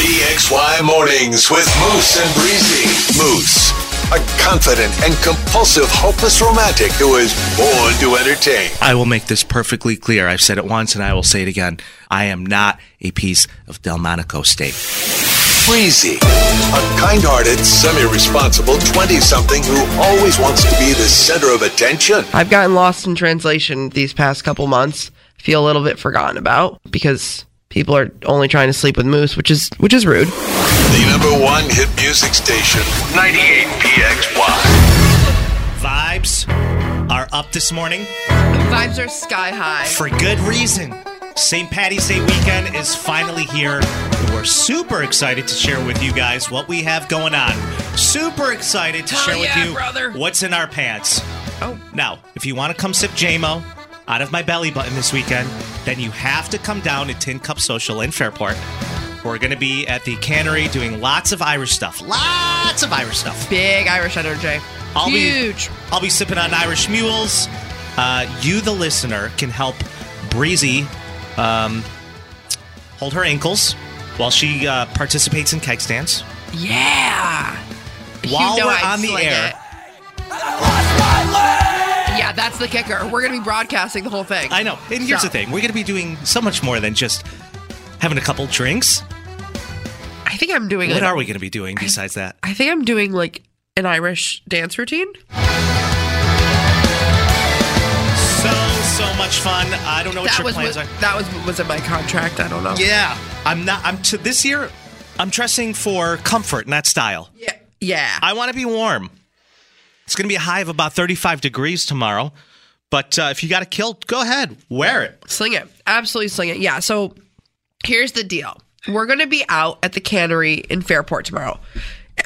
BXY Mornings with Moose and Breezy. Moose, a confident and compulsive hopeless romantic who is born to entertain. I will make this perfectly clear. I've said it once and I will say it again. I am not a piece of Delmonico steak. Breezy, a kind hearted, semi responsible 20 something who always wants to be the center of attention. I've gotten lost in translation these past couple months. Feel a little bit forgotten about because people are only trying to sleep with Moose, which is which is rude. The number one hit music station, 98PXY. Vibes are up this morning Vibes are sky high. for good reason. St. Patty's Day weekend is finally here. We're super excited to share with you guys what we have going on. Super excited to share with you what's in our pants. Oh. Now, if you want to come sip JMO out of my belly button this weekend, then you have to come down to Tin Cup Social in Fairport. We're going to be at the cannery doing lots of Irish stuff. Lots of Irish stuff. Big Irish energy. I'll be- Huge. I'll be sipping on Irish Mules. Uh, you, the listener, can help Breezy um, hold her ankles while she uh, participates in keg stands. yeah. While You know we're I'd on the sling air, it. Yeah, that's the kicker. We're gonna be broadcasting the whole thing. I know. And here's So- the thing: we're going to be doing so much more than just having a couple drinks. I think I'm doing What an- are we going to be doing besides that? I think I'm doing like an Irish dance routine. So so much fun. I don't know what that your was plans what, are. that was what was in my contract. I don't know. Yeah, I'm not. I'm to this year. I'm dressing for comfort, not style. Yeah. Yeah. I want to be warm. It's going to be a high of about 35 degrees tomorrow. But uh, if you got a kilt, go ahead, wear it. Sling it. Absolutely sling it. Yeah. So here's the deal. We're going to be out at the cannery in Fairport tomorrow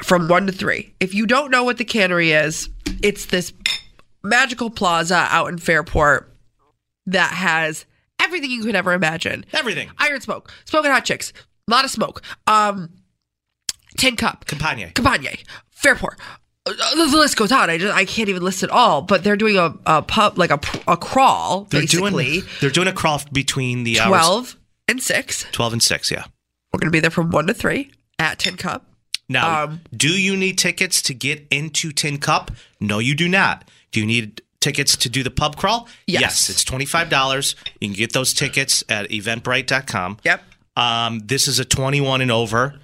from 1 to 3. If you don't know what the cannery is, it's this magical plaza out in Fairport that has everything you could ever imagine. Everything. Iron smoke, smoking hot chicks, a lot of smoke, um, tin cup, Campagne. Campagne, Fairport. Uh, The the list goes on. I just I can't even list it all. But they're doing a, a pub like a, pr- a crawl They're basically. doing they're doing a crawl between the hours 12 and 6. 12 and 6, yeah. We're going to be there from 1 to 3 at 10 Cup. Now, Um, do you need tickets to get into Tin Cup? No, you do not. Do you need tickets to do the pub crawl? Yes. it's $25. You can get those tickets at eventbrite.com. Yep. Um, this is a 21 and over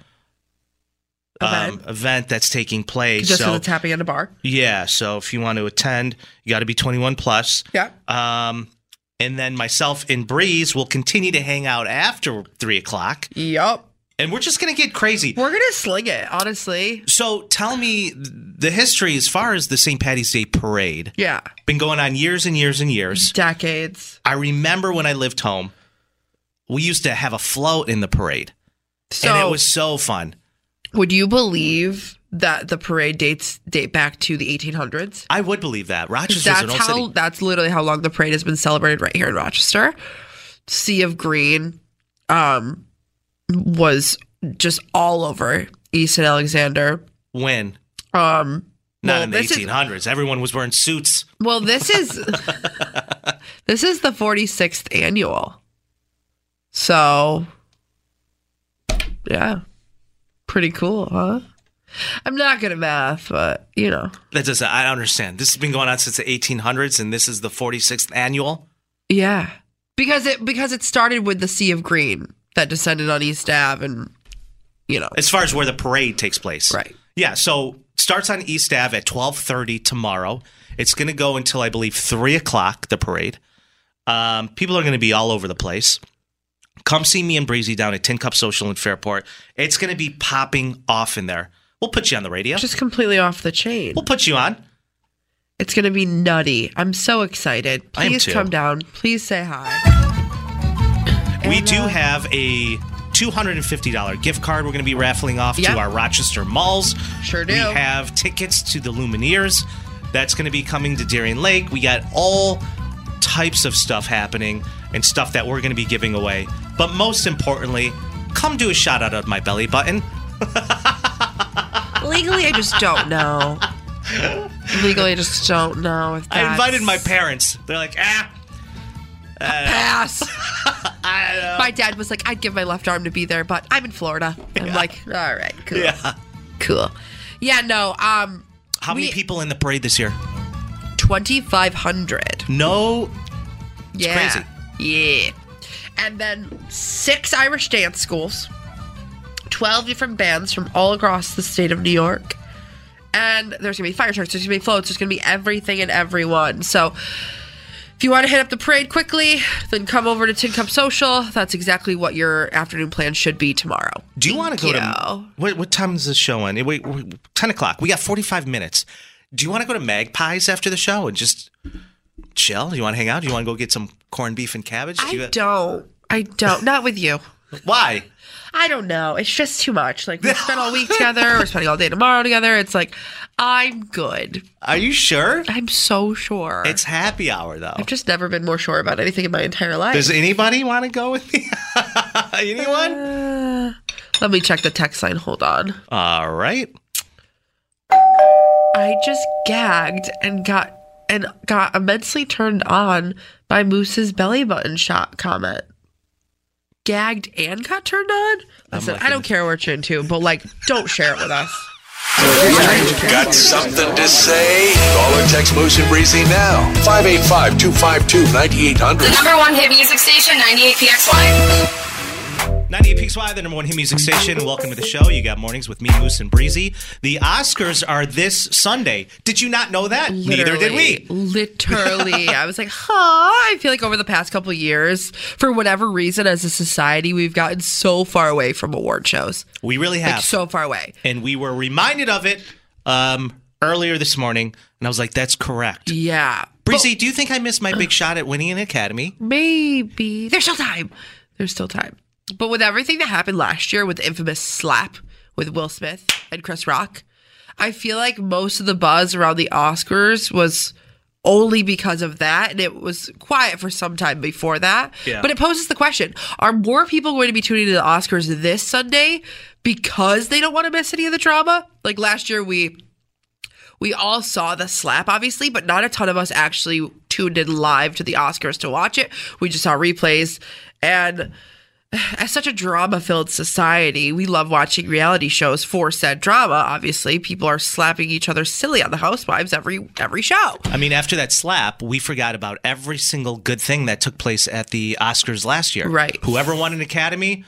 um, event that's taking place. Just so because it's happening at a bar. Yeah, so if you want to attend, you got to be 21 plus. Yeah. Um, and then myself and Breeze will continue to hang out after three o'clock, Yup. and we're just gonna get crazy. We're going to sling it, honestly. So tell me th- the history as far as the St. Patty's Day parade. Yeah. Been going on years and years and years. Decades. I remember when I lived home, we used to have a float in the parade, So, and it was so fun. would you believe that the parade dates date back to the 1800s? I would believe that Rochester's an old That's how. city. That's literally how long the parade has been celebrated right here in Rochester. Sea of Green, um, was just all over East and Alexander. When Um, not well, in the this is- 1800s, everyone was wearing suits. Well, this is this is the 46th annual. So, yeah. Pretty cool, huh? I'm not good at math, but you know. That doesn't. I don't understand. This has been going on since the 1800s, and this is the 46th annual. Yeah. Because it because it started with the Sea of Green that descended on East Ave and you know. As far as where the parade takes place, Right. Yeah. So starts on East Ave at 12:30 tomorrow. It's going to go until I believe three o'clock. The parade. Um, people are going to be all over the place. Come see me and Breezy down at Tin Cup Social in Fairport. It's going to be popping off in there. We'll put you on the radio. Just completely off the chain. we'll put you on. It's going to be nutty. I'm so excited. I am Please too. come down. Please say hi. We And, do uh, have a $250 gift card we're going to be raffling off Yeah. to our Rochester malls. Sure do. We have tickets to the Lumineers. That's going to be coming to Darien Lake. We got all types of stuff happening and stuff that we're going to be giving away. But most importantly, come do a shout out of my belly button. Legally, I just don't know. Legally, I just don't know if I invited that's- my parents. They're like, ah, pass. I don't know. My dad was like, I'd give my left arm to be there, but I'm in Florida. I'm like, all right, cool. Yeah. Cool. Yeah, no, um, How many We- people in the parade this year? 2,500. No. Yeah. Yeah. And then six Irish dance schools, 12 different bands from all across the state of New York. And there's going to be fire trucks, there's going to be floats, there's going to be everything and everyone. So if you want to hit up the parade quickly, then come over to Tin Cup Social. That's exactly what your afternoon plan should be tomorrow. Do you want to go Thank to you. what, what time is the show on? Wait, wait, ten o'clock. We got forty-five minutes. Do you want to go to Magpies after the show and just chill? You want to hang out? You want to go get some corned beef and cabbage? Do you- I don't. I don't. Not with you. Why? I don't know. It's just too much. Like we spent all week together. We're spending all day tomorrow together. It's like I'm good. Are you sure? I'm so sure. It's happy hour though. I've just never been more sure about anything in my entire life. Does anybody want to go with me? Anyone? Let me check the text line. Hold on. All right. I just gagged and got and got immensely turned on by Moose's belly button shot comment. Gagged and got turned on? Listen, I don't care what you're into, but like, don't share it with us. Got something to say? Call or text Motion Breezy now. 585 252 The 9800. number one hit music station, 98PXY. 98 Peaks Y, the number one hit music station. Welcome to the show. You got mornings with me, Moose, and Breezy. The Oscars are this Sunday. Did you not know that? Neither did we. Literally. I was like, huh. I feel like over the past couple years, for whatever reason, as a society, we've gotten so far away from award shows. We really have. Like, so far away. and we were reminded of it um, earlier this morning. And I was like, that's correct. Yeah. Breezy, do you think I missed my big shot at winning an Academy? Maybe. There's still time. There's still time. But with everything that happened last year with the infamous slap with Will Smith and Chris Rock, I feel like most of the buzz around the Oscars was only because of that. And it was quiet for some time before that. Yeah. But it poses the question Are more people going to be tuning to the Oscars this Sunday because they don't want to miss any of the drama? Like last year, we we all saw the slap, obviously, but not a ton of us actually tuned in live to the Oscars to watch it. We just saw replays. And as such a drama filled society, we love watching reality shows for said drama. Obviously, people are slapping each other silly on the housewives every every show. I mean, after that slap, we forgot about every single good thing that took place at the Oscars last year. Right. Whoever won an Academy,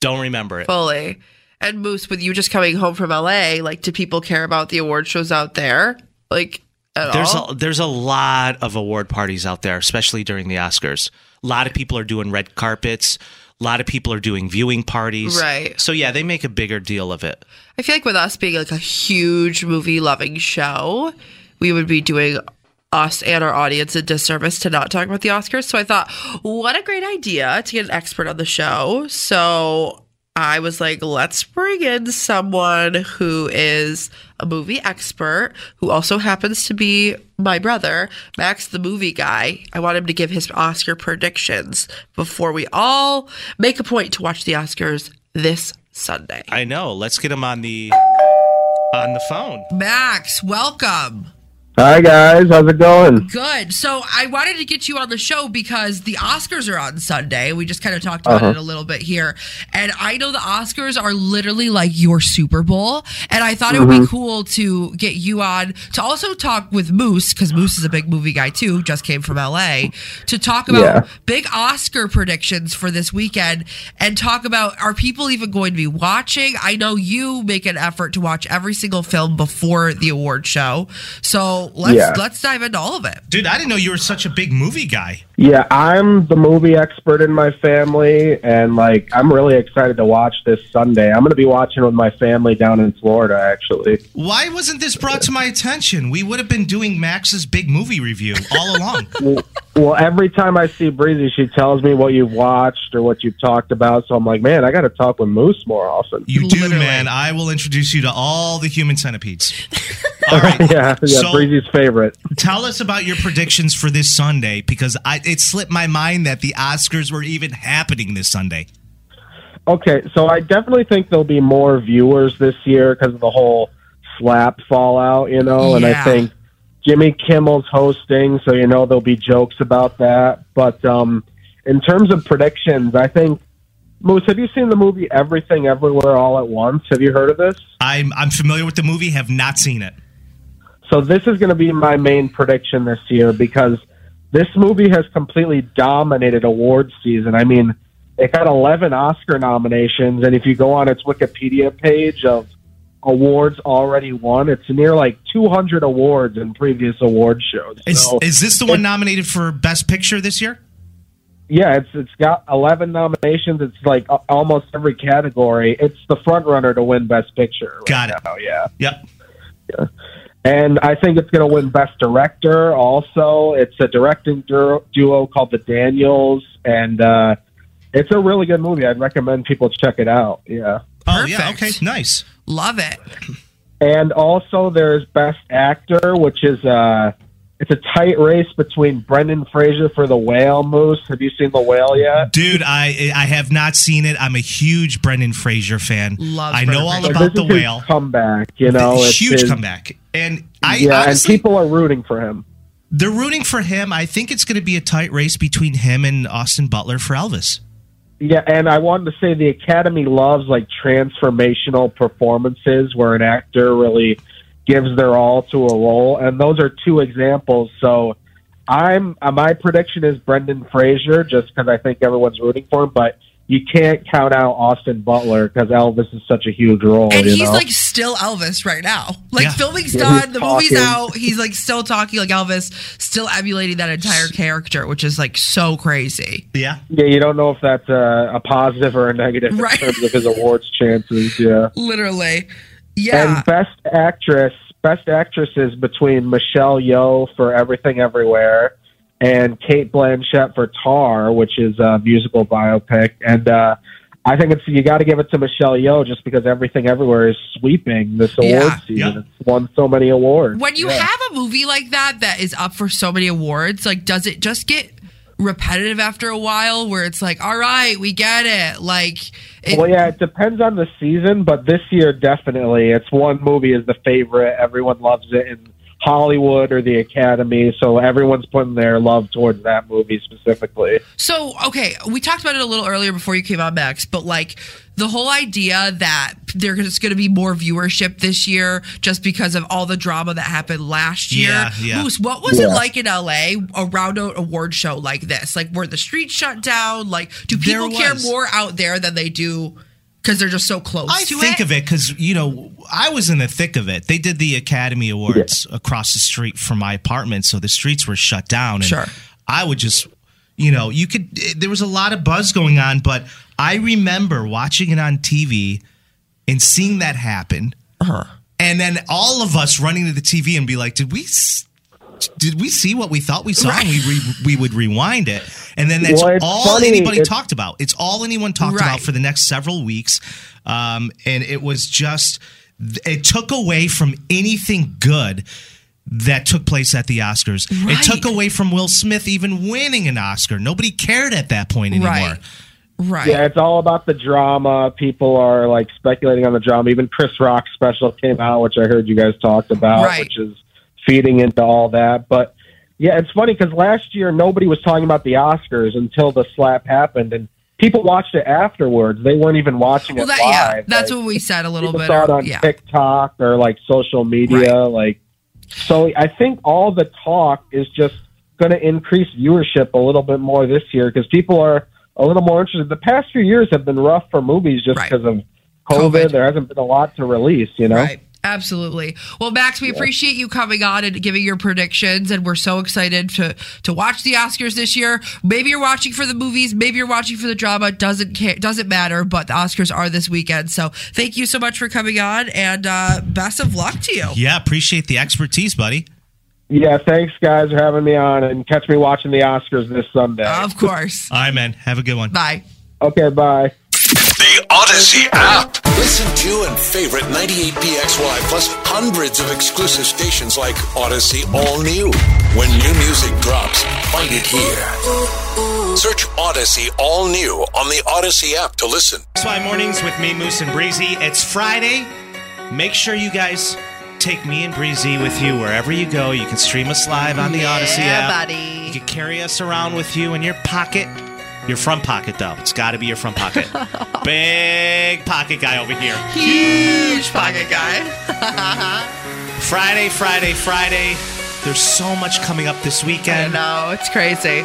don't remember it. Fully. And Moose, with you just coming home from LA, like, do people care about the award shows out there? Like, at There's all? a, there's a lot of award parties out there, especially during the Oscars. A lot of people are doing red carpets. A lot of people are doing viewing parties. Right. So yeah, they make a bigger deal of it. I feel like with us being like a huge movie loving show, we would be doing us and our audience a disservice to not talk about the Oscars. So I thought, what a great idea to get an expert on the show. So I was like, let's bring in someone who is a movie expert, who also happens to be my brother, Max, the movie guy. I want him to give his Oscar predictions before we all make a point to watch the Oscars this Sunday. I know. Let's get them on the on the phone. Max, welcome. Hi guys, how's it going? Good. So I wanted to get you on the show because the Oscars are on Sunday. We just kind of talked Uh-huh. about it a little bit here. And I know the Oscars are literally like your Super Bowl. And I thought it would be Mm-hmm. cool to get you on to also talk with Moose, because Moose is a big movie guy too, just came from LA, to talk about Yeah. big Oscar predictions for this weekend and talk about are people even going to be watching? I know you make an effort to watch every single film before the award show. So let's Yeah. let's dive into all of it. Dude, I didn't know you were such a big movie guy. Yeah, I'm the movie expert in my family, and like I'm really excited to watch this Sunday. I'm going to be watching with my family down in Florida, actually. Why wasn't this brought to my attention? We would have been doing Max's big movie review all along. Well, well, every time I see Breezy, she tells me what you've watched or what you've talked about. So I'm like, man, I got to talk with Moose more often. You do, Literally. man. I will introduce you to all the human centipedes. All right. yeah, yeah, So- Breezy's favorite. Tell us about your predictions for this Sunday because I, it slipped my mind that the Oscars were even happening this Sunday. Okay, so I definitely think there'll be more viewers this year because of the whole slap fallout, you know, and Yeah. I think Jimmy Kimmel's hosting, so you know there'll be jokes about that. But um, in terms of predictions, I think Moose. Have you seen the movie Everything Everywhere All at Once? Have you heard of this? I'm I'm familiar with the movie, have not seen it. So this is going to be my main prediction this year because this movie has completely dominated awards season. I mean, it got 11 Oscar nominations, and if you go on its Wikipedia page of awards already won, it's near like 200 awards in previous award shows. Is So, is this the one nominated for Best Picture this year? yeah, it's it's got 11 nominations. It's like a- almost every category. It's the front runner to win Best Picture. right Got it. now, yeah. Yep. And I think it's going to win Best Director also. It's a directing du- duo called The Daniels. And uh, it's a really good movie. I'd recommend people check it out. Yeah. Oh yeah, okay, Perfect. nice. Love it. And also, there's Best Actor, which is uh, it's a tight race between Brendan Fraser for The Whale Moose. Have you seen The Whale yet? Dude, I I have not seen it. I'm a huge Brendan Fraser fan. Loves I know Brendan all Fraser. about the this is his whale. comeback. You know, The It's huge his- comeback. And I Yeah, honestly, and people are rooting for him. they're rooting for him. I think it's going to be a tight race between him and Austin Butler for Elvis. Yeah, and I wanted to say the Academy loves like transformational performances where an actor really gives their all to a role, and those are two examples. So, I'm uh, my prediction is Brendan Fraser, just because I think everyone's rooting for him, but you can't count out Austin Butler because Elvis is such a huge role. And you he's know? like still Elvis right now. Like Yeah. filming's Yeah, he's done, the movie's talking. out. He's like still talking like Elvis, still emulating that entire character, which is like so crazy. Yeah. yeah, you don't know if that's uh, a positive or a negative Right. in terms of his awards chances. Yeah. Literally. Yeah. And best actress, best actress is between Michelle Yeoh for Everything Everywhere and Kate Blanchett for Tar, which is a musical biopic. And uh, I think it's you got to give it to Michelle Yeoh just because Everything Everywhere is sweeping this award Yeah. season. Yeah. It's won so many awards. when you have a movie like that that is up for so many awards, like does it just get repetitive after a while where it's like, all right, we get it. Like it, well, yeah, it depends on the season, but this year definitely, it's one movie is the favorite. Everyone loves it in Hollywood or the Academy, so everyone's putting their love towards that movie specifically. So, okay, we talked about it a little earlier before you came on, Max, but like the whole idea that there's going to be more viewership this year just because of all the drama that happened last year. Yeah, yeah. Moose, what was it Yeah. like in LA around an award show like this? Like, were the streets shut down? Like, do There people care was. more out there than they do because they're just so close I to think it? of it because you know I was in the thick of it. They did the Academy Awards across the street from my apartment, so the streets were shut down. And Sure. I would just, you know, you could. eh, There was a lot of buzz going on, but I remember watching it on TV and seeing that happen, Uh-huh. and then all of us running to the TV and be like, "Did we?" s- Did we see what we thought we saw? And we re- we would rewind it, and then that's Well, it's all funny, anybody it's- talked about. It's all anyone talked Right. about for the next several weeks. Um, and it was just, it took away from anything good that took place at the Oscars. Right. It took away from Will Smith even winning an Oscar. Nobody cared at that point anymore. Right. Right. Yeah, it's all about the drama. People are like speculating on the drama. Even Chris Rock's special came out, which I heard you guys talked about, Right. which is feeding into all that. But yeah, it's funny because last year nobody was talking about the Oscars until the slap happened, and people watched it afterwards. They weren't even watching Well, it that, live. yeah, that's Like, what we said a little people bit. saw it earlier. on yeah. TikTok or like social media. Like, so I think all the talk is just going to increase viewership a little bit more this year because people are a little more interested. The past few years have been rough for movies just Right. because of COVID. COVID. There hasn't been a lot to release, you know. Right. Absolutely. Well, Max, we appreciate you coming on and giving your predictions, and we're so excited to to watch the Oscars this year. Maybe you're watching for the movies, maybe you're watching for the drama. Doesn't care, doesn't matter. But the Oscars are this weekend, so thank you so much for coming on, and uh, best of luck to you. Yeah, appreciate the expertise, buddy. Yeah, thanks guys for having me on, and catch me watching the Oscars this Sunday. Of course. All right, man. Have a good one. Bye. okay, bye. The Odyssey app. Listen to and favorite 98PXY plus hundreds of exclusive stations like Odyssey All New. When new music drops, find it here. Search Odyssey All New on the Odyssey app to listen. That's why mornings with me, Moose and Breezy. It's Friday. Make sure you guys take me and Breezy with you wherever you go. You can stream us live on the Odyssey app. buddy. You can carry us around with you in your pocket. Your front pocket, though. It's got to be your front pocket. Big pocket guy over here. Huge pocket guy. Friday, Friday, Friday. There's so much coming up this I weekend, know, it's crazy.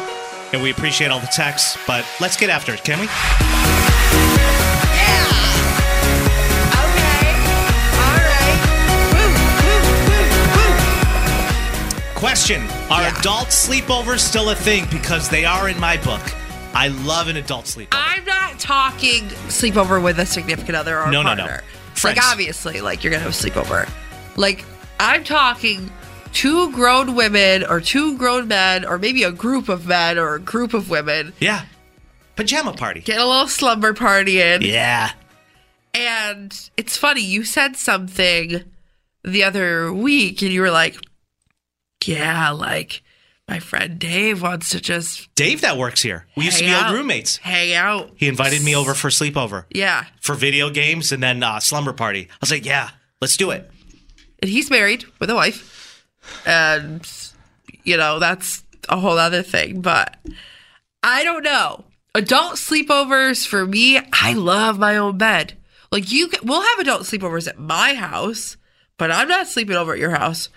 and we appreciate all the texts, but let's get after it, can we? Question Are Yeah. adult sleepovers still a thing? Because they are in my book. I love an adult sleepover. I'm not talking sleepover with a significant other or No, a no, no. partner. Friends. Like obviously, like you're gonna have a sleepover. Like I'm talking two grown women or two grown men or maybe a group of men or a group of women yeah. Pajama party. get a little slumber party in. Yeah. And it's funny, you said something the other week and you were like, Yeah, like my friend Dave wants to just Dave, that works here. We used to hang be out, old roommates. Hang out. He invited me over for a sleepover, Yeah. for video games, and then uh, slumber party. I was like, yeah, let's do it. And he's married with a wife. And you know, that's a whole other thing, but I don't know. Adult sleepovers for me, I love my own bed. Like you can, we'll have adult sleepovers at my house, but I'm not sleeping over at your house.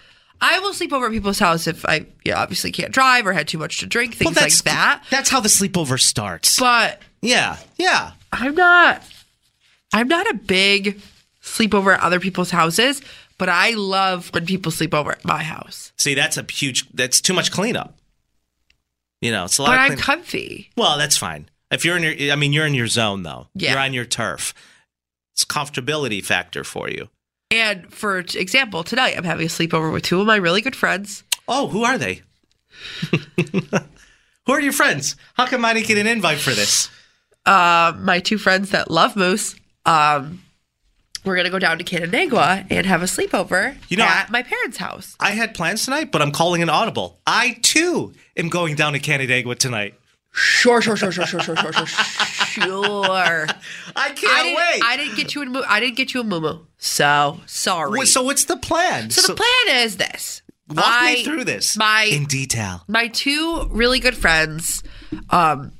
I will sleep over at people's house if I you know, obviously can't drive or had too much to drink, things like that. That's how the sleepover starts. But yeah, yeah. I'm not I'm not a big sleepover at other people's houses, but I love when people sleep over at my house. See, that's a huge. That's too much cleanup. You know, it's a lot. But of I'm cleanup. comfy. well, that's fine. If you're in your, I mean, you're in your zone though. Yeah. You're on your turf. It's comfortability factor for you. And for t- example, tonight I'm having a sleepover with two of my really good friends. Oh, who are they? who are your friends? How come I didn't get an invite for this? Uh, my two friends that love moose. Um, we're gonna go down to Canandaigua and have a sleepover You know, at I- my parents' house. I had plans tonight, but I'm calling an audible. I too am going down to Canandaigua tonight. Sure, sure, sure, sure, sure, sure, sure, sure, sure. I can't I didn't, wait. I didn't get you a moo. I didn't get you a moo. So sorry. Wha- so what's the plan? So the plan is this. Walk I- me through this My in detail. my two really good friends, um,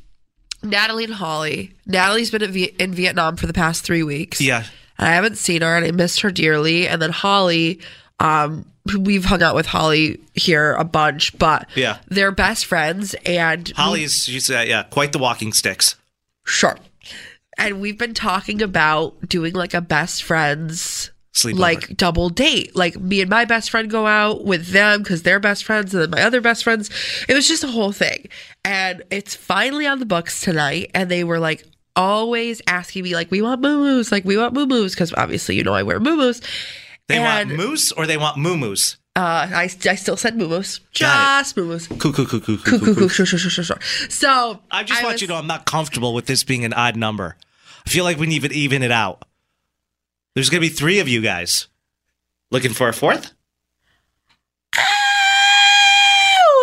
Natalie and Holly. Natalie's been in, v- in Vietnam for the past three weeks. Yeah. And I haven't seen her and I missed her dearly. And then Holly, um, who we've hung out with Holly here a bunch, but Yeah. they're best friends and Holly's, she's uh, yeah, quite the walking sticks. sure. And we've been talking about doing like a best friends Sleepover. like double date. Like me and my best friend go out with them because they're best friends, and then my other best friends. It was just a whole thing, and it's finally on the books tonight. And they were like always asking me like, "We want moo like we want moo because obviously you know I wear moo moos. they and- want moose or they want moo-moos? Uh, I I still said moo moos, Got just moo moos. Coo, coo, coo, coo, coo, Coo coo, coo coo. coo sure sure sure sure sure. So I just want was- you to know I'm not comfortable with this being an odd number. I feel like we need to even it out. There's going to be three of you guys. Looking for a fourth?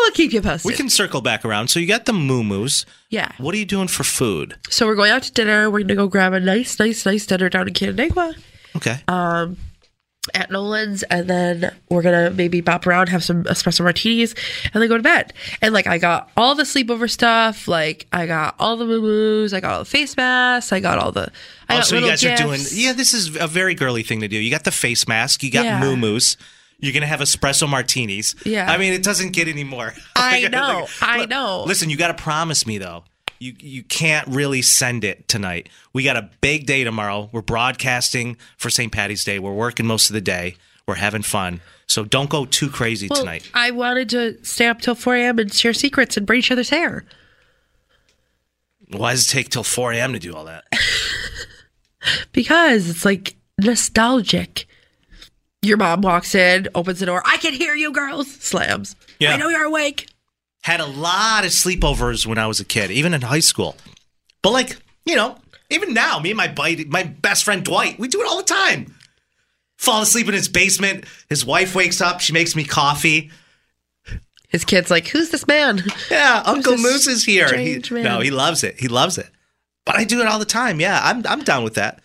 We'll keep you posted. We can circle back around. So you got the moo-moos. yeah. What are you doing for food? So we're going out to dinner. We're gonna go grab a nice, nice, nice dinner down in Canandaigua. Okay. Oh, at Nolan's, and then we're gonna maybe bop around, have some espresso martinis, and then go to bed. And like I got all the sleepover stuff, like I got all the moo I got all the face masks, I got all the. I oh, got so you little guys are doing. gifts. Yeah, this is a very girly thing to do. You got the face mask. You got Yeah. moo-moos. You're going to have espresso martinis. Yeah. I mean, it doesn't get any more. I Like, know, like, I look, know. Listen, you got to promise me, though. You, you can't really send it tonight. We got a big day tomorrow. We're broadcasting for St. Patty's Day. We're working most of the day. We're having fun. So don't go too crazy Well, tonight. I wanted to stay up till 4 a.m. and share secrets and braid each other's hair. Why does it take till 4 a.m. to do all that? because it's like nostalgic. Your mom walks in, opens the door. I can hear you, girls. Slams. Yeah. I know you're awake. had a lot of sleepovers when I was a kid, even in high school. But like, you know, even now, me and my bite, my best friend Dwight, we do it all the time. Fall asleep in his basement. His wife wakes up. She makes me coffee. His kid's like, "Who's this man?" Yeah, Uncle this Moose is here. He- strange man? no, he loves it. He loves it. But I do it all the time. Yeah, I'm I'm down with that.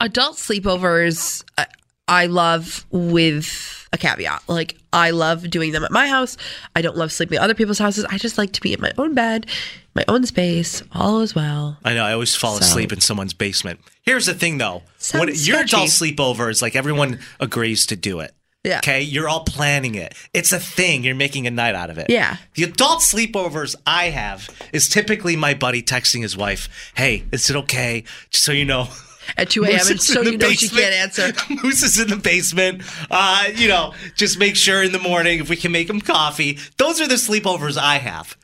adult sleepovers I, I love with a caveat like i love doing them at my house i don't love sleeping at other people's houses i just like to be in my own bed my own space. All is well. I know. I always fall asleep in someone's basement. Here's the thing, though. When Sounds your sketchy. adult sleepover is like everyone agrees to do it. Yeah. Okay. You're all planning it. It's a thing. You're making a night out of it. Yeah. The adult sleepovers I have is typically my buddy texting his wife, "Hey, is it okay? Just so you know." At 2 a.m. Moose and is so in the you know she basement. can't answer. Moose is in the basement. Uh, you know, just make sure in the morning if we can make him coffee. Those are the sleepovers I have.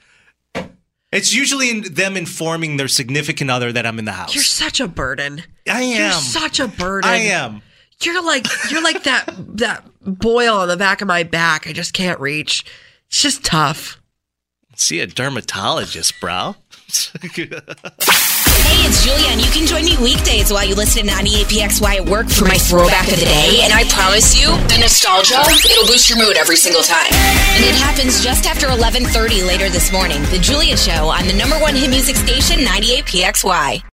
It's usually in them informing their significant other that I'm in the house. You're such a burden. I am. You're such a burden. I am. You're like you're like that that boil on the back of my back. I just can't reach. It's just tough. See a dermatologist, bro. Hey, it's Julia, and you can join me weekdays while you listen E to 98PXY at work for my throwback of the day. And I promise you, the nostalgia, it'll boost your mood every single time. And it happens just after 11.30 later this morning. The Julia Show on the number one hit music station, 98PXY.